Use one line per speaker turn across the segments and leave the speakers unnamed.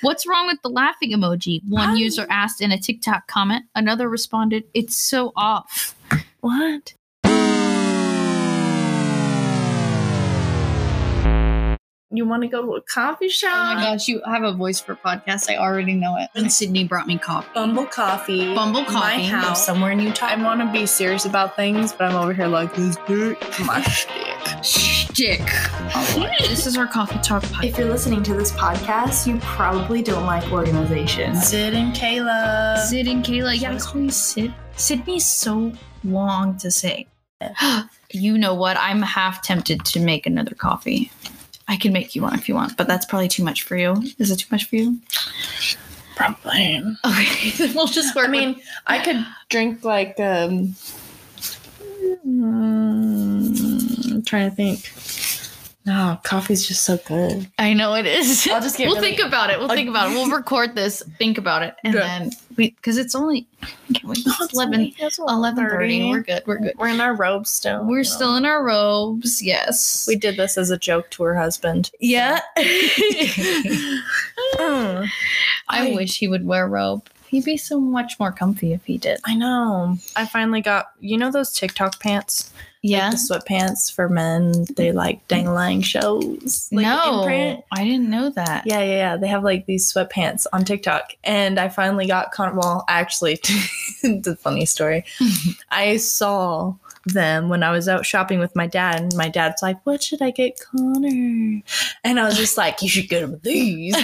What's wrong with the laughing emoji? One
Hi.
user asked in a TikTok comment. Another responded, It's so off. What?
You want to go to a coffee
Oh my
shop?
gosh, you have a voice for podcasts. I already know it. And Sydney brought me coffee.
Bumble coffee.
Bumble
My
coffee.
house. Somewhere in Utah. I want to be serious about things, but I'm over here like this dick. My shtick.
Shtick. this is our coffee talk podcast.
If you're listening to this podcast, you probably don't like organizations.
Sid and Kayla.
Sid and Kayla. Yeah, call you Sid. Sydney's so long to say. you know what? I'm half tempted to make another coffee. I can make you one if you want, but that's probably too much for you. Is it too much for you?
Probably.
Okay, then we'll just work.
I mean, I could drink like um. mm, I'm trying to think. No, coffee's just so good.
I know it is.
I'll just get
we'll
really-
think about it. We'll
I'll-
think about it. We'll record this. Think about it, and
Good.
then we because it's only can we, it's 11, 11 30. We're good. We're good.
We're in our robes still.
We're
you know.
still in our robes. Yes.
Oh, We did this as a joke to her husband.
yeah. Hmm.
Mm.
I wish he would wear a robe. He'd be so much more comfy if he did.
I know. I finally got you know those TikTok pants,
Yeah.
the sweatpants for men. They like dangling shows. Like
no,
imprint.
I didn't know that.
Yeah, yeah, yeah. They have like these sweatpants on TikTok. And I finally got con well, actually it's a funny story. I saw them when I was out shopping with my dad, and my dad's like, What should I get Connor? And I was just like, You should get him these.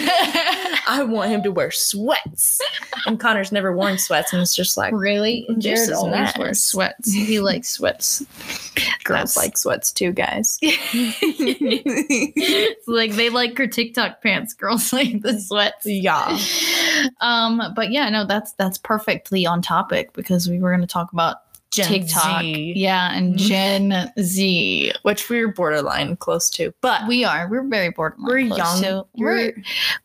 I want him to wear sweats. And Connor's never worn sweats and it's just like
really?
This
Jared
is
always
nice.
wears sweats. He likes sweats.
girls
That's-
like sweats too, guys.
It's like they like her TikTok pants. Girls like the sweats.
yeah.
Um, but yeah, no, that's that's perfectly on topic because we were going to talk about
Gen
TikTok.
Z. Mm-hmm.
Yeah, and Gen Z.
Which we were borderline close to. But
We are. We're very borderline.
we're
close
young.
to-
We're-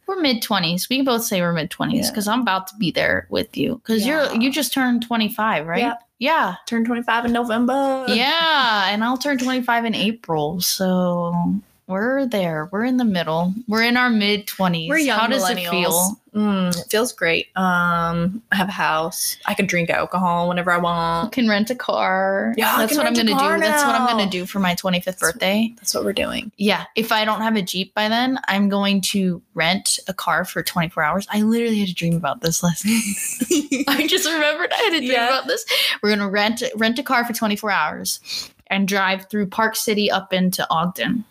we're we're mid twenties. We can both say we're mid twenties
Yeah.
because I'm about to be there with you because
Yeah.
you're you just turned twenty five, right?
Yeah.
Yeah,
turned 25 in November.
yeah, and I'll turn twenty five in April, so we're there. We're in the middle. We're in our mid twenties.
We're young
How does it
millennials.
feel?
Mm, it feels great. Um, I have a house. I can drink alcohol whenever I
I
want.
can rent a car.
Yeah, I
that's
can
what I'm
rent a
gonna do.
car
That's what I'm
now.
gonna do for my twenty fifth
That's-
birthday.
That's what we're doing.
Yeah, if I don't have a Jeep by then, I'm going to rent a car for 24 hours. I literally had a dream about this last night. I just remembered I had a dream
Yeah.
about this. We're going to rent rent a car for 24 hours and drive through Park City up into Ogden.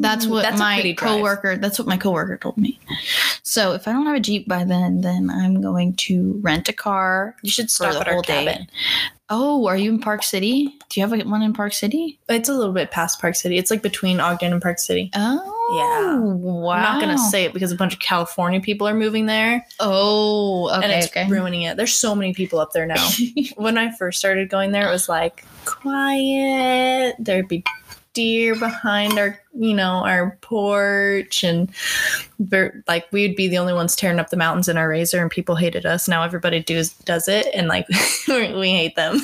That's what my coworker, that's what my coworker told me. So, if I don't have a Jeep by then, then I'm going to rent a car
You should
for
stop
the
at our
whole day.
cabin.
Oh, are you in Park City? Do you have one in Park City?
It's a little bit past Park City. It's like between Ogden and Park City.
Oh.
Yeah.
Wow.
I'm not gonna say it because a bunch of California people are moving there,
Oh, okay,
and it's
okay.
ruining it. There's so many people up there now. when I first started going there, it was like quiet. There'd be deer behind our, you know, our porch, and there- like we'd be the only ones tearing up the mountains in our razor, and people hated us. Now everybody does does it, and like we hate them.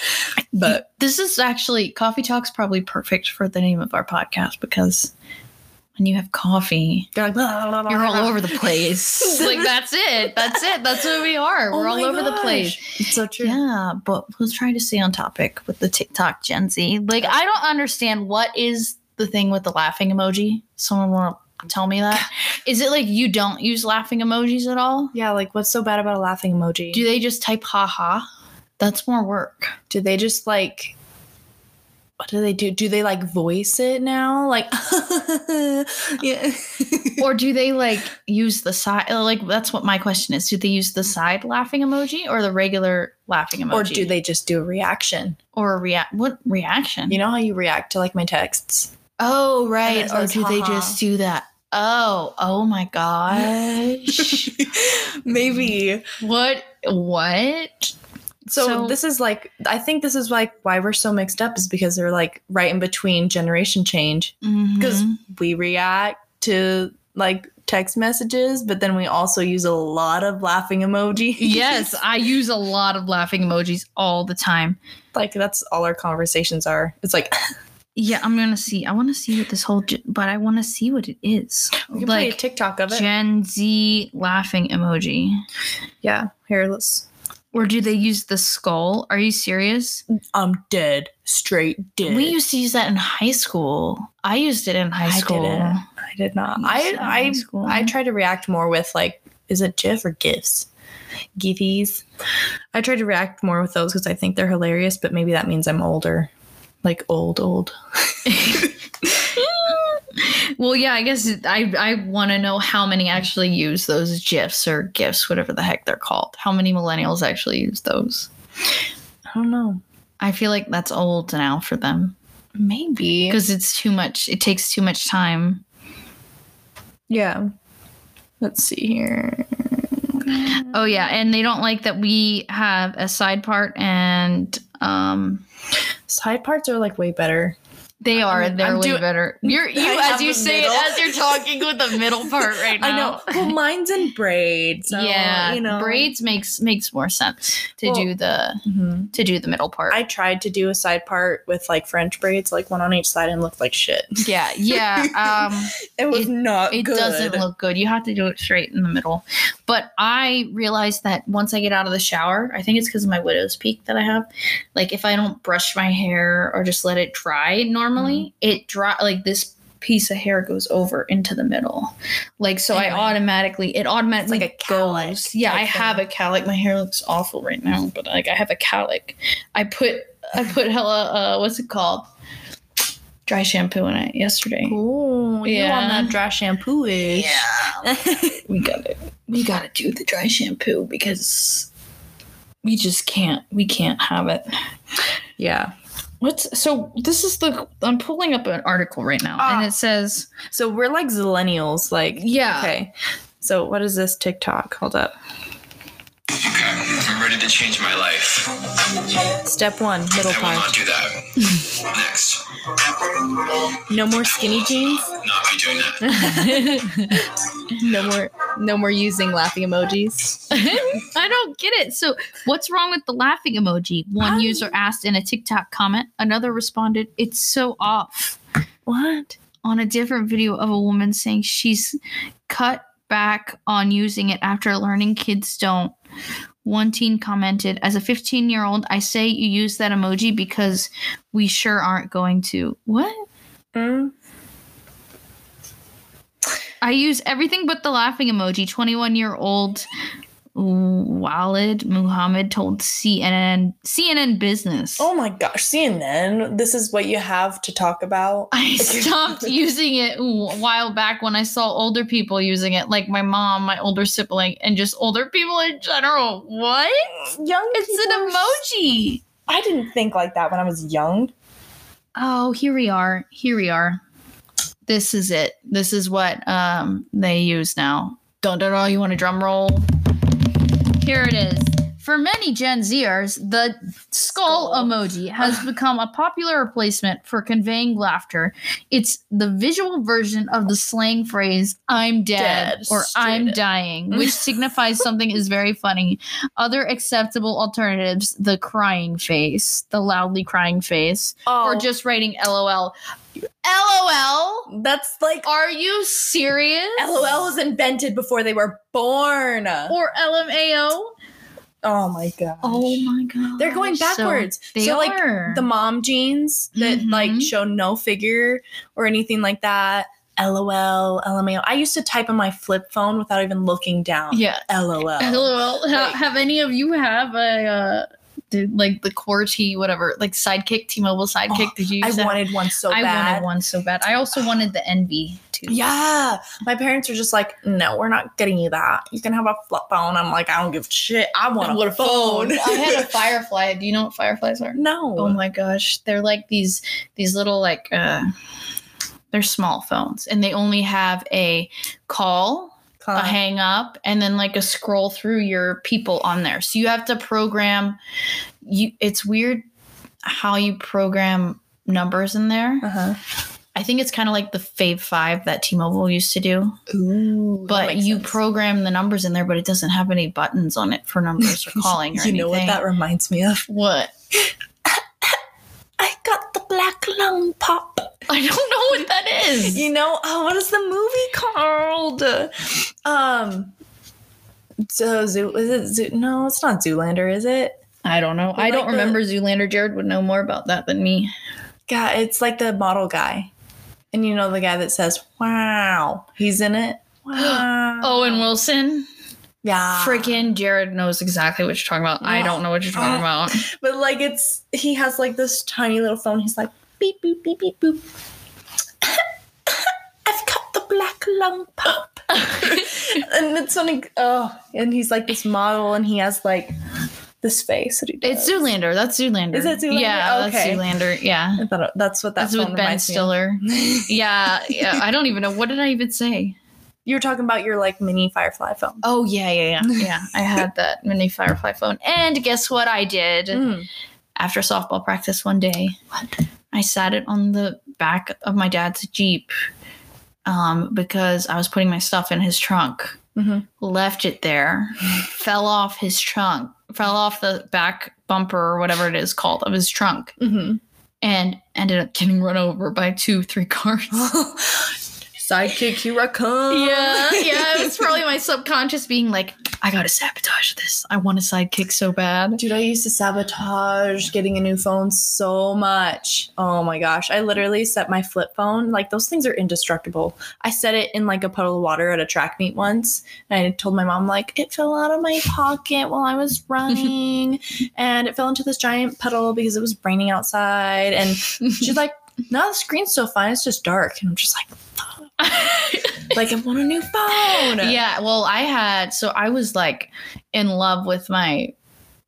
but
this is actually coffee talk's probably perfect for the name of our podcast because when you have coffee,
they're like, "Blah, blah, blah,
you're all
blah."
over the place. like that's it. That's it. That's who we are.
Oh
We're all
my
over the
gosh.
place.
It's so true.
Yeah, but we'll try to stay on topic with the TikTok Gen Z. Like I don't understand what is the thing with the laughing emoji. Someone want to tell me that? Is it like you don't use laughing emojis at all?
Yeah, like what's so bad about a laughing emoji?
Do they just type haha? That's more work.
do they just like what do they do do they like voice it now like yeah
or do they like use the side like that's what my question is do they use the side laughing emoji or the regular laughing emoji
or do they just do a reaction
or a react what reaction
you know how you react to like my texts
oh right
it's
or
like,
do they
"Ha-ha."
just do that oh oh my gosh
maybe
what what
so, this is like i think this is like why we're so mixed up is because they're like right in between generation change because
mhm.
we react to like text messages but then we also use a lot of laughing emoji
yes i use a lot of laughing emojis all the time
like that's all our conversations are it's like
Yeah, I'm gonna see. I want to see what this whole, ge- but I want to see what it is.
We can play a
Like
TikTok of it.
Gen Z laughing emoji,
yeah, here, let's.
or do they use the skull? Are you serious?
I'm dead, straight dead.
We used to use that in high school. I used it in high
I
school.
didn't. I did not. I I I try to react more with like, is it GIF or GIFs? Giffies. I try to react more with those because I think they're hilarious, but maybe that means I'm older. Like old, old.
well, yeah, I guess it- I I want to know how many actually use those gifs or gifs, whatever the heck they're called. How many millennials actually use those?
I don't know.
I feel like that's old now for them
Maybe.
because it's too much. It takes too much time.
Yeah. Let's see here.
Oh yeah, and they don't like that we have a side part, and um,
Side parts are like way better.
they are
I'm-
they're
I'm
way
do-
better. You're you
I
as
have
you
a
say
middle.
it as you're talking with the middle part right now.
I know. Well, mine's in braids. So,
yeah,
You know.
braids makes makes more sense to
Well-
do the
Mhm.
to do the middle part.
I tried to do a side part with like French braids, like one on each side, and looked like shit.
yeah, yeah. Um,
It was
It-
not
it
good.
doesn't look good. You have to do it straight in the middle. But I realized that once I get out of the shower, I think it's because of my widow's peak that I have. Like if I don't brush my hair or just let it dry
Mm.
normally, it dry like this piece of hair goes over into the middle. Like so
Anyway.
I automatically it automatically
like a cowlick
goes. Yeah,
type
I have
thing.
a cowlick. My hair looks awful right now, but like I have a cowlick. I put I put hella uh what's it called? Dry shampoo in it yesterday.
Oh, you
Yeah.
on that dry shampoo ish.
we gotta we gotta do the dry shampoo because we just can't we can't have it
yeah.
what's so this is the i'm pulling up an article right now
Ah.
and it says
So we're like zillennials. Like,
yeah
okay. So what is this TikTok? Hold up.
I'm ready to change my life.
Step one, middle
I will not
part.
do that. Next,
No more skinny jeans.
not be doing that.
no more. No more using laughing emojis.
i don't get it so what's wrong with the laughing emoji one
I-
user asked in a tiktok comment another responded it's so off
What?
on a different video of a woman saying she's cut back on using it after learning kids don't. One teen commented, As a 15 year old, I say you use that emoji because we sure aren't going to. What?
Mm.
I use everything but the laughing emoji. 21 year old Walid Muhammad told CNN, CNN Business.
Oh my gosh, CNN. This is what you have to talk about.
I stopped using it a while back when I saw older people using it, like my mom, my older sibling, and just older people in general. What?
Young. people are s-
It's an emoji.
I didn't think like that when I was young.
Oh, here we are. Here we are. This is it. This is what um, they use now. Dun dun dun. You want a drum roll? Here it is. For many Gen Zers, the skull,
Skull.
emoji has become a popular replacement for conveying laughter. It's the visual version of the slang phrase, I'm dead,
Dead,
or
straight
I'm
up.
dying, which signifies something is very funny. Other acceptable alternatives, the crying face, the loudly crying face,
Oh,
or just writing LOL. LOL?
that's like
Are you serious?
LOL was invented before they were born.
Or LMAO?
Oh my gosh.
Oh my god.
They're going backwards.
So they
So, like,
are.
The mom jeans that
Mhm.
like show no figure or anything like that. LOL, LMAO. I used to type on my flip phone without even looking down.
yeah.
LOL.
Hello. ha-
Like-
have any of you have a uh, the, like the core T whatever like Sidekick T-Mobile Sidekick? did you?
Oh, I
Use that?
wanted one so
I
bad.
wanted one so bad. I also wanted the Envy too.
Yeah. My parents were just like, no, we're not getting you that. You can have a flip phone. I'm like, I don't give a shit. I want a, phone.
I had a Firefly. Do you know what Fireflies are?
no.
Oh my gosh, they're like these these little like uh they're small phones and they only have a call,
Con-
a hang up and then like a scroll through your people on there. So you have to program you it's weird how you program numbers in there.
Uh-huh.
I think it's kind of like the Fave 5 that T-Mobile used to do,
Ooh.
but you program the numbers in there but it doesn't have any buttons on it for numbers or calling or
You know what
anything.
that reminds me of?
what?
I got the black lung pop.
I don't know what that is.
You know, oh, what is the movie called? Um, so Zoo is it Zoo? No, it's not Zoolander, is it?
I don't know. I
Like
don't
the-
remember Zoolander. Jared would know more about that than me.
God, it's like the model guy, and you know the guy that says "Wow," he's in it. Wow.
Owen Wilson.
yeah,
Oh, Freaking Jared knows exactly what you're talking about. I don't know what you're talking
Ah.
about.
But like, it's he has like this tiny little phone. He's like beep boop beep beep boop. I've got the black lung pop, and it's on. Oh, and he's like this model, and he has like this face. That he does.
It's Zoolander. That's Zoolander.
Is that Zoolander?
Yeah,
Okay.
that's Zoolander. Yeah.
I thought it- that's what that
That's
phone
with Ben
reminds me of.
Stiller. yeah, yeah. I don't even know. What did I even say?
You were talking about your like mini Firefly phone.
Oh, yeah, yeah, yeah. Yeah. I had that mini Firefly phone. And guess what I did
Mm.
after softball practice one day?
What?
I sat it on the back of my dad's Jeep um, because I was putting my stuff in his trunk.
Mhm.
Left it there, fell off his trunk, fell off the back bumper or whatever it is called of his trunk,
Mm-hmm.
and ended up getting run over by two, three cars.
Sidekick, here I come.
Yeah, yeah. It was probably my subconscious being like, I gotta sabotage this. I want a sidekick so bad.
Dude, I used to sabotage getting a new phone so much. Oh my gosh. I literally set my flip phone, like those things are indestructible. I set it in like a puddle of water at a track meet once. And I told my mom, like, it fell out of my pocket while I was running. and it fell into this giant puddle because it was raining outside. And she's like, no, the screen's still fine. It's just dark. And I'm just like, fuck. like, I want a new phone.
yeah, well, I had so I was like in love with my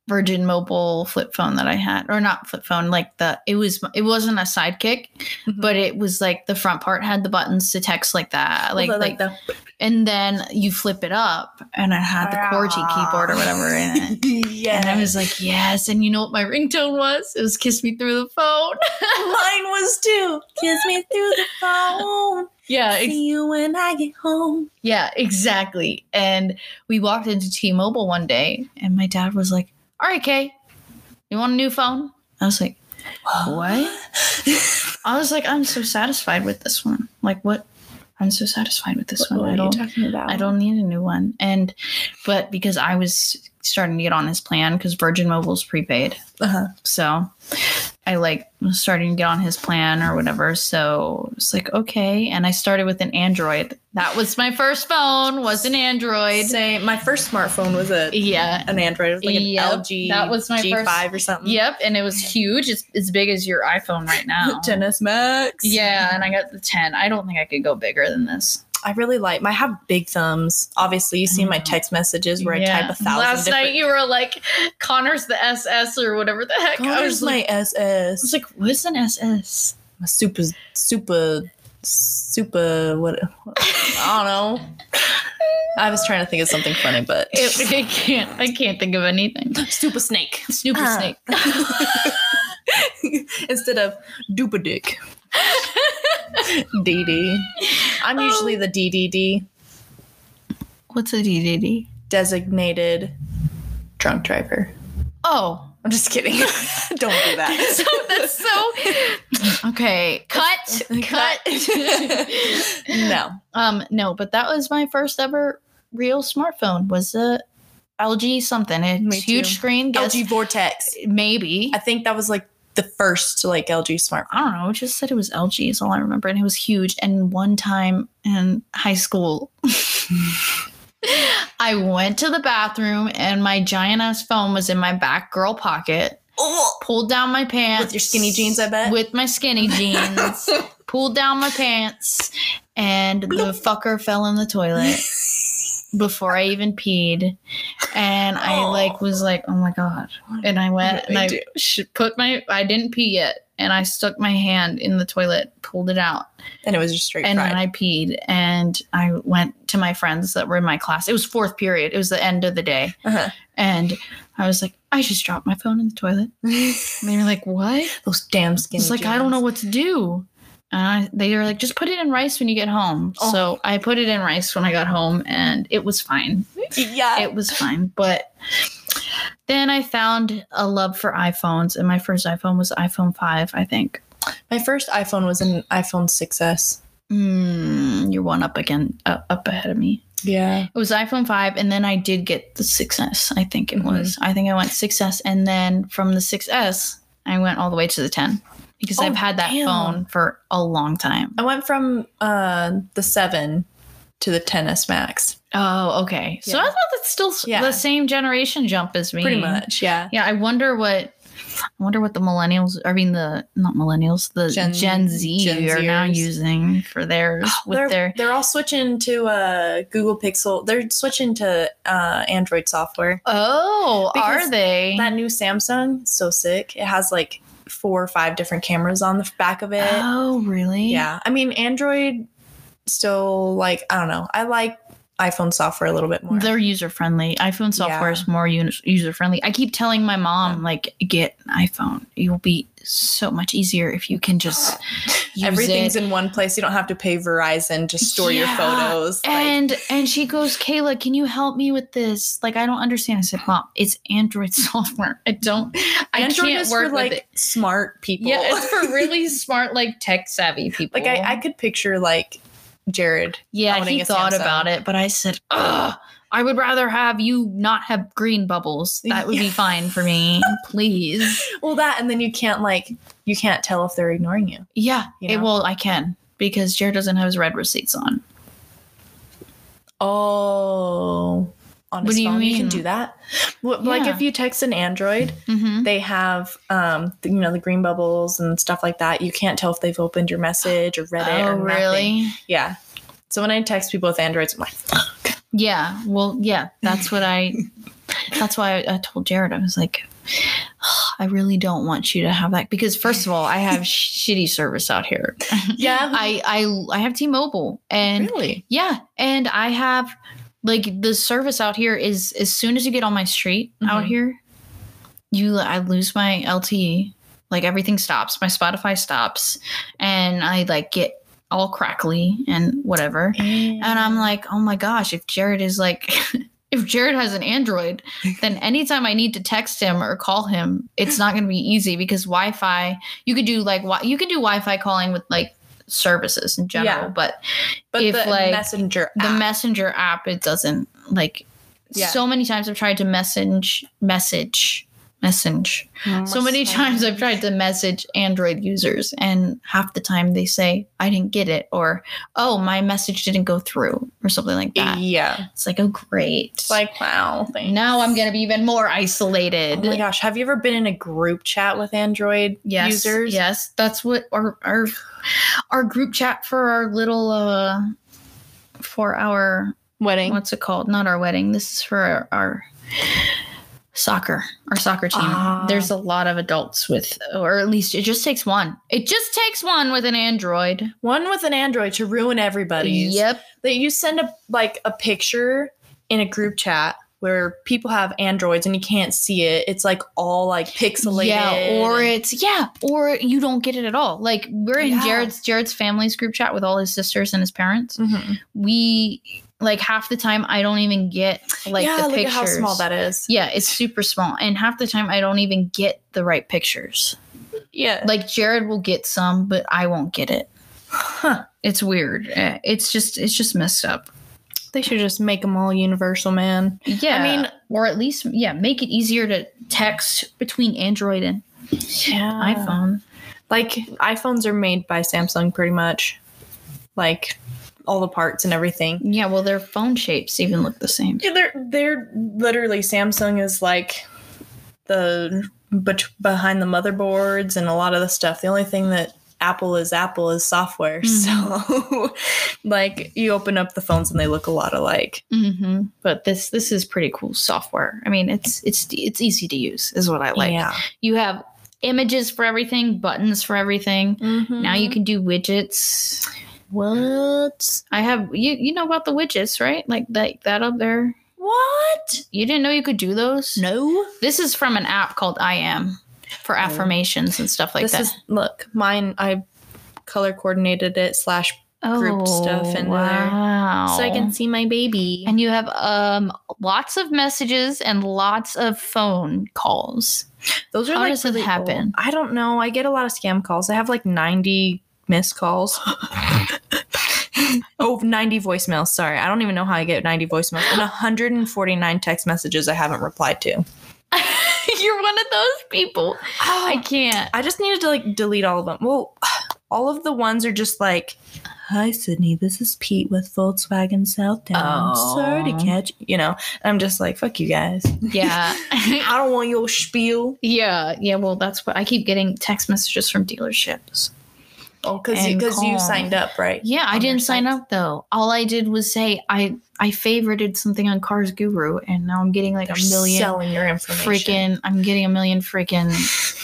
Virgin Mobile flip phone that I had, or not flip phone, like the it was it wasn't a sidekick,
Mhm.
but it was like the front part had the buttons to text like that, like
Although,
like,
like the
and then you flip it up, and it had the QWERTY keyboard or whatever in it.
yeah.
And I was like, yes. And you know what my ringtone was? It was Kiss Me Through the Phone.
Mine was too. Kiss me through the phone.
Yeah,
See you when I get home.
Yeah, exactly. And we walked into T Mobile one day, and my dad was like, All right, Kay, you want a new phone? I was like, What? I was like, I'm so satisfied with this one. Like, what? I'm so satisfied with this one. I don't,
talking about?
I don't need a new one. And, but because I was starting to get on his plan, because Virgin Mobile's prepaid.
Uh-huh.
So I like was starting to get on his plan or whatever. So it's like, okay. And I started with an Android. That was my first phone, was an Android.
Say my first smartphone was a
Yeah.
an Android. It was like an
E- Yep,
LG.
that was my
G5
first-
or something.
Yep. And it was huge. It's as big as your iPhone right now.
10s Max.
Yeah. And I got the 10. I don't think I could go bigger than this.
I really like. My, I have big thumbs. Obviously, you see my text messages where I type a thousand.
Last
different-
night you were like, Connor's the SS or whatever the heck. I
Connor's
was
my
like, I was
SS.
like, what's an SS?
My super, super, super. What? I don't know. I was trying to think of something funny, but
It, I can't. I can't think of anything.
super snake.
Snoopy
Ah.
Snake.
instead of dupadick. DD. I'm usually the DDD,
What's a DDD?
designated drunk driver.
Oh,
I'm just kidding. Don't do that.
so that's so. Okay, cut, cut.
no.
um, no, but that was my first ever real smartphone. Was a LG something? It's
Me
huge
too.
screen. Guess
LG Vortex.
maybe.
I think that was like the first like LG smartphone.
I don't know. It just said it was LG is all I remember, and it was huge. And one time in high school, I went to the bathroom, and my giant ass phone was in my back girl pocket.
Oh,
Pulled down my pants
With your skinny jeans, I bet?
With my skinny jeans, pulled down my pants, and the fucker fell in the toilet before I even peed. And I like was like, oh my god. And I went
What did
and
I
I
do?
sh- put my I didn't pee yet, and I stuck my hand in the toilet, pulled it out,
and it was just straight
and
fried.
then I peed. And I went to my friends that were in my class. It was fourth period. It was the end of the day,
Uh-huh.
and I was like, I just dropped my phone in the toilet. And they were like, what?
Those damn skinny.
It's like I don't
jeans.
know what to do. And I, they were like, just put it in rice when you get home.
Oh.
So I put it in rice when I got home, and it was fine.
Yeah.
It was fine. But then I found a love for iPhones, and my first iPhone was iPhone five, I think.
My first iPhone was an iPhone 6S.
Mm, you're one up again, uh, up ahead of me.
Yeah.
It was iPhone 5, and then I did get the 6S, I think
Mm-hmm.
it was. I think I went 6S, and then from the 6S, I went all the way to the 10 because
Oh,
I've had that
damn.
phone for a long time.
I went from uh, the 7 to the 10S Max.
Oh, okay. So
Yeah.
I thought that's still s-
Yeah.
the same generation jump as me.
Pretty much, yeah.
Yeah, I wonder what. I wonder what the millennials, I mean the not millennials, the Gen, Oh,
Gen-
Z
Gen
are now
Zers.
using for theirs
they're,
with their
they're all switching to uh, Google Pixel. They're switching to uh, Android software.
Oh,
Because
are they?
That new Samsung, so sick. It has like four or five different cameras on the back of it.
oh, really?
Yeah. I mean, Android still like, I don't know. I like iPhone software a little bit more.
They're user friendly. iPhone software
Yeah.
is more user friendly. I keep telling my mom, like, get an iPhone. It will be so much easier if you can just use
Everything's
it.
in one place. You don't have to pay Verizon to store your
Yeah.
photos. Like,
and and she goes, Kayla, can you help me with this? Like, I don't understand. I said, Mom, it's Android software. I don't. I
Android
can't
is
work
for
with
like
it.
smart people.
Yeah, it's for really smart, like tech savvy people.
like I, I could picture like Jared.
Yeah,
owning
he
a
thought
Samsung.
about it, but I said, Ugh, I would rather have you not have green bubbles. That would be
Yeah.
fine for me, please.
Well, that and then you can't like you can't tell if they're ignoring you.
Yeah,
You
it,
know?
well, I can because Jared doesn't have his red receipts on.
Oh, on
What
his
do you
phone you can
mean?
do that. Wh- Like
Yeah.
if you text an Android,
Mm-hmm.
they have um the, you know the green bubbles and stuff like that. You can't tell if they've opened your message or read it.
Oh,
or nothing.
really?
Yeah. So when I text people with Androids, I'm like,
Yeah. Well, yeah, that's what I. That's why I, I told Jared, I was like, I really don't want you to have that because, first of all, I have shitty service out here.
yeah,
I I I have T-Mobile and
really?
Yeah, and I have like the service out here is as soon as you get on my street out
Mhm.
here, you I lose my LTE. Like everything stops, my Spotify stops, and I like get all crackly and whatever. And I'm like, oh my gosh, if Jared is like, if Jared has an Android, then anytime I need to text him or call him, it's not going to be easy because Wi Fi, you could do like, wi- you could do Wi Fi calling with like services in general,
Yeah.
but
but
if,
the
like,
messenger
the
app.
messenger app it doesn't like
Yeah.
so many times i've tried to message message message so many times i've tried to message android users and half the time they say i didn't get it or oh my message didn't go through or something like that
yeah,
it's like oh great
it's like wow. Thanks.
now i'm gonna be even more
Oh
isolated
my gosh, have you ever been in a group chat with Android
yes
users?
yes that's what our our our group chat for our little uh for our
Wedding.
what's it called? Not our wedding. This is for our, our soccer, our soccer team.
Ah.
There's a lot of adults with, or at least it just takes one. It just takes one with an Android.
One with an Android to ruin everybody's.
Yep.
That you send a like a picture in a group chat where people have Androids and you can't see it. It's like all like pixelated.
Yeah, or
and-
it's yeah, or you don't get it at all. Like we're in
Yeah.
Jared's Jared's family's group chat with all his sisters and his parents.
Mhm.
We like half the time I don't even get like
yeah,
the
look
pictures.
at how small that is.
yeah, it's super small, and half the time I don't even get the right pictures.
Yeah.
like Jared will get some, but I won't get it.
Huh.
It's weird. Eh, It's just it's just messed up.
They should just make them all universal, man.
Yeah,
I mean-
or at least yeah, make it easier to text between Android and
Yeah.
iPhone.
Like iPhones are made by Samsung pretty much. Like all the parts and everything.
Yeah, well, their phone shapes even look the same.
Yeah, they're they're literally Samsung is like the but behind the motherboards and a lot of the stuff. The only thing that Apple is Apple is software. So like you open up the phones and they look a lot alike.
Mm-hmm. But this this is pretty cool software. I mean, it's it's it's easy to use, is what I like.
yeah.
You have images for everything, buttons for everything. Mm-hmm. Now
Mm-hmm.
you can do widgets.
what?
I have you you know about the widgets, right? Like that that up there.
What?
You didn't know you could do those?
No. Oh.
This is from an app called I Am for affirmations and stuff like
this
that.
is look, mine I color coordinated it slash group stuff into there.
Oh, wow.
so I can see my baby.
And you have um lots of messages and lots of phone calls.
Those are
How
like
does it
really
happen?
old. I don't know. I get a lot of scam calls. I have like 90 missed calls. oh, 90 voicemails. Sorry. I don't even know how I get 90 voicemails and 149 text messages I haven't replied to.
You're one of those people. I can't.
I just needed to like delete all of them. Well, all of the ones are just like, "Hi Sydney, this is Pete with Volkswagen Southdown.
Oh.
Sorry to catch." You know, I'm just like, "Fuck you guys.
Yeah.
I don't want your spiel."
yeah. Yeah. Well, that's what I keep getting text messages from dealerships.
Oh, because
And
because you,
calm.
signed up, right?
Yeah, I
on their
didn't sign
sites.
up though. All I did was say I I favorited something on Cars Guru, and now I'm getting like
They're
a million
selling your information.
freaking. I'm getting a million freaking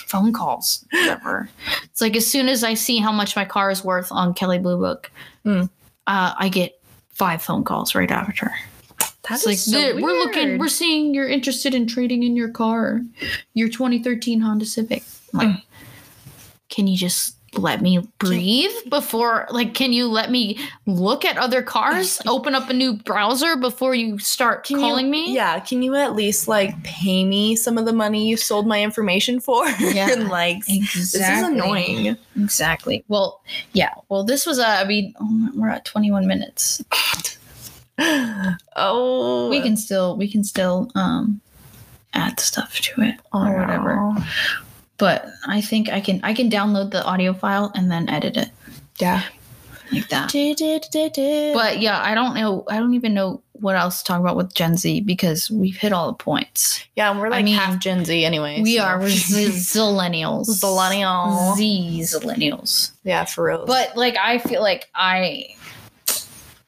phone calls. Whatever. It's like as soon as I see how much my car is worth on Kelly Blue Book,
Mm.
uh, I get five phone calls right after.
That's
It's like "Dude, we're looking, we're seeing you're interested in trading in your car, your 2013 Honda Civic. I'm like, can you just let me breathe before? Like, can you let me look at other cars? open up a new browser before you start
Can you-
calling me?
Yeah, can you at least like pay me some of the money you sold my information for?
Yeah,
and like,
exactly.
this is annoying.
Exactly. Well, yeah. Well, this was a. I mean, oh, my- we're at 21 minutes.
Oh,
We can still. We can still. Um, add stuff to it
Oh,
or whatever. but I think I can I can download the audio file and then edit it
Yeah.
like that.
But
But yeah, I don't know. I don't even know what else to talk about with Gen Z because we've hit all the points.
yeah, and we're
I
like
mean,
half Gen Z anyway.
We
so-
are we're z- zillennials,
Zillennial.
Z zillennials.
yeah, for real.
But like, I feel like I,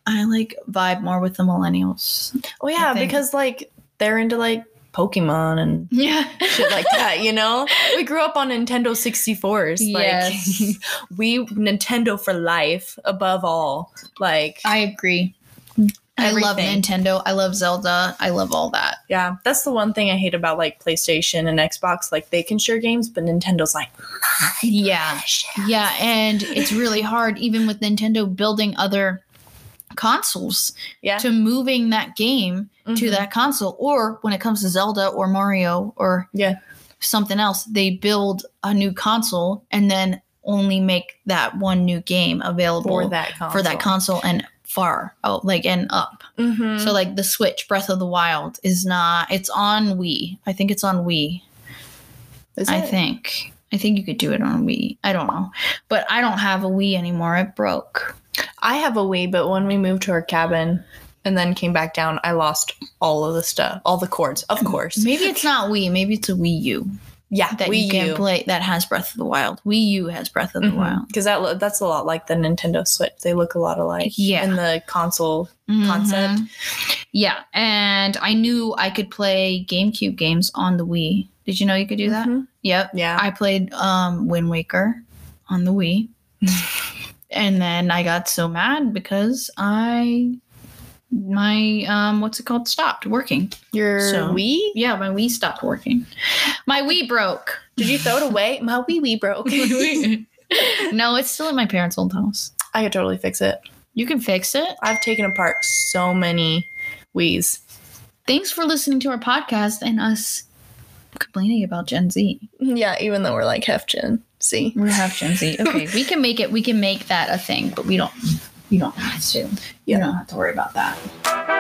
I like vibe more with the millennials.
oh yeah,
think-
because like they're into like Pokemon and
Yeah,
shit like that, you know? We grew up on Nintendo 64s. Like
Yes.
we Nintendo for life above all. Like
I agree. I love
Everything.
Nintendo. I love Zelda. I love all that.
yeah, that's the one thing I hate about like PlayStation and Xbox. Like they can share games, but Nintendo's like
Yeah. Yeah, and it's really hard, even with Nintendo building other consoles,
Yeah.
to moving that game to
Mhm.
that console. Or when it comes to Zelda or Mario or
Yeah.
something else, they build a new console and then only make that one new game available
Mm-hmm. for that console.
for that console and far out, like and up.
Mhm.
So like the Switch, Breath of the Wild is not. It's on Wii. I think it's on Wii.
Is
I
it?
think. I think you could do it on Wii. I don't know. But I don't have a Wii anymore. It broke.
I have a Wii, but when we moved to our cabin and then came back down, I lost all of the stuff, all the cords,
Mm-hmm.
of course.
Maybe it's not Wii. Maybe it's a Wii U
Yeah,
that you can play that has Breath of the Wild. Wii U has Breath of
Mm-hmm.
the Wild.
Because that lo- that's a lot like the Nintendo Switch. They look a lot alike.
Yeah.
And the console. Concept.
Mhm. Yeah. And I knew I could play GameCube games on the Wii. Did you know you could do that?
Mhm.
Yep.
Yeah.
I played um, Wind Waker on the Wii. and then I got so mad because I my um what's it called stopped working.
Your
So-
Wii?
Yeah, my Wii stopped working. My Wii broke.
Did you throw it away? My Wii Wii broke.
no, it's still at my parents' old house.
I could totally fix it.
You can fix it.
I've taken apart so many Wii's.
Thanks for listening to our podcast and us complaining about Gen Z.
Yeah, even though we're like half Gen. See?
We're half Gen Z. Okay, we can make it. We can make that a thing, but we don't. We don't have to. You
Yeah.
don't have to worry about that.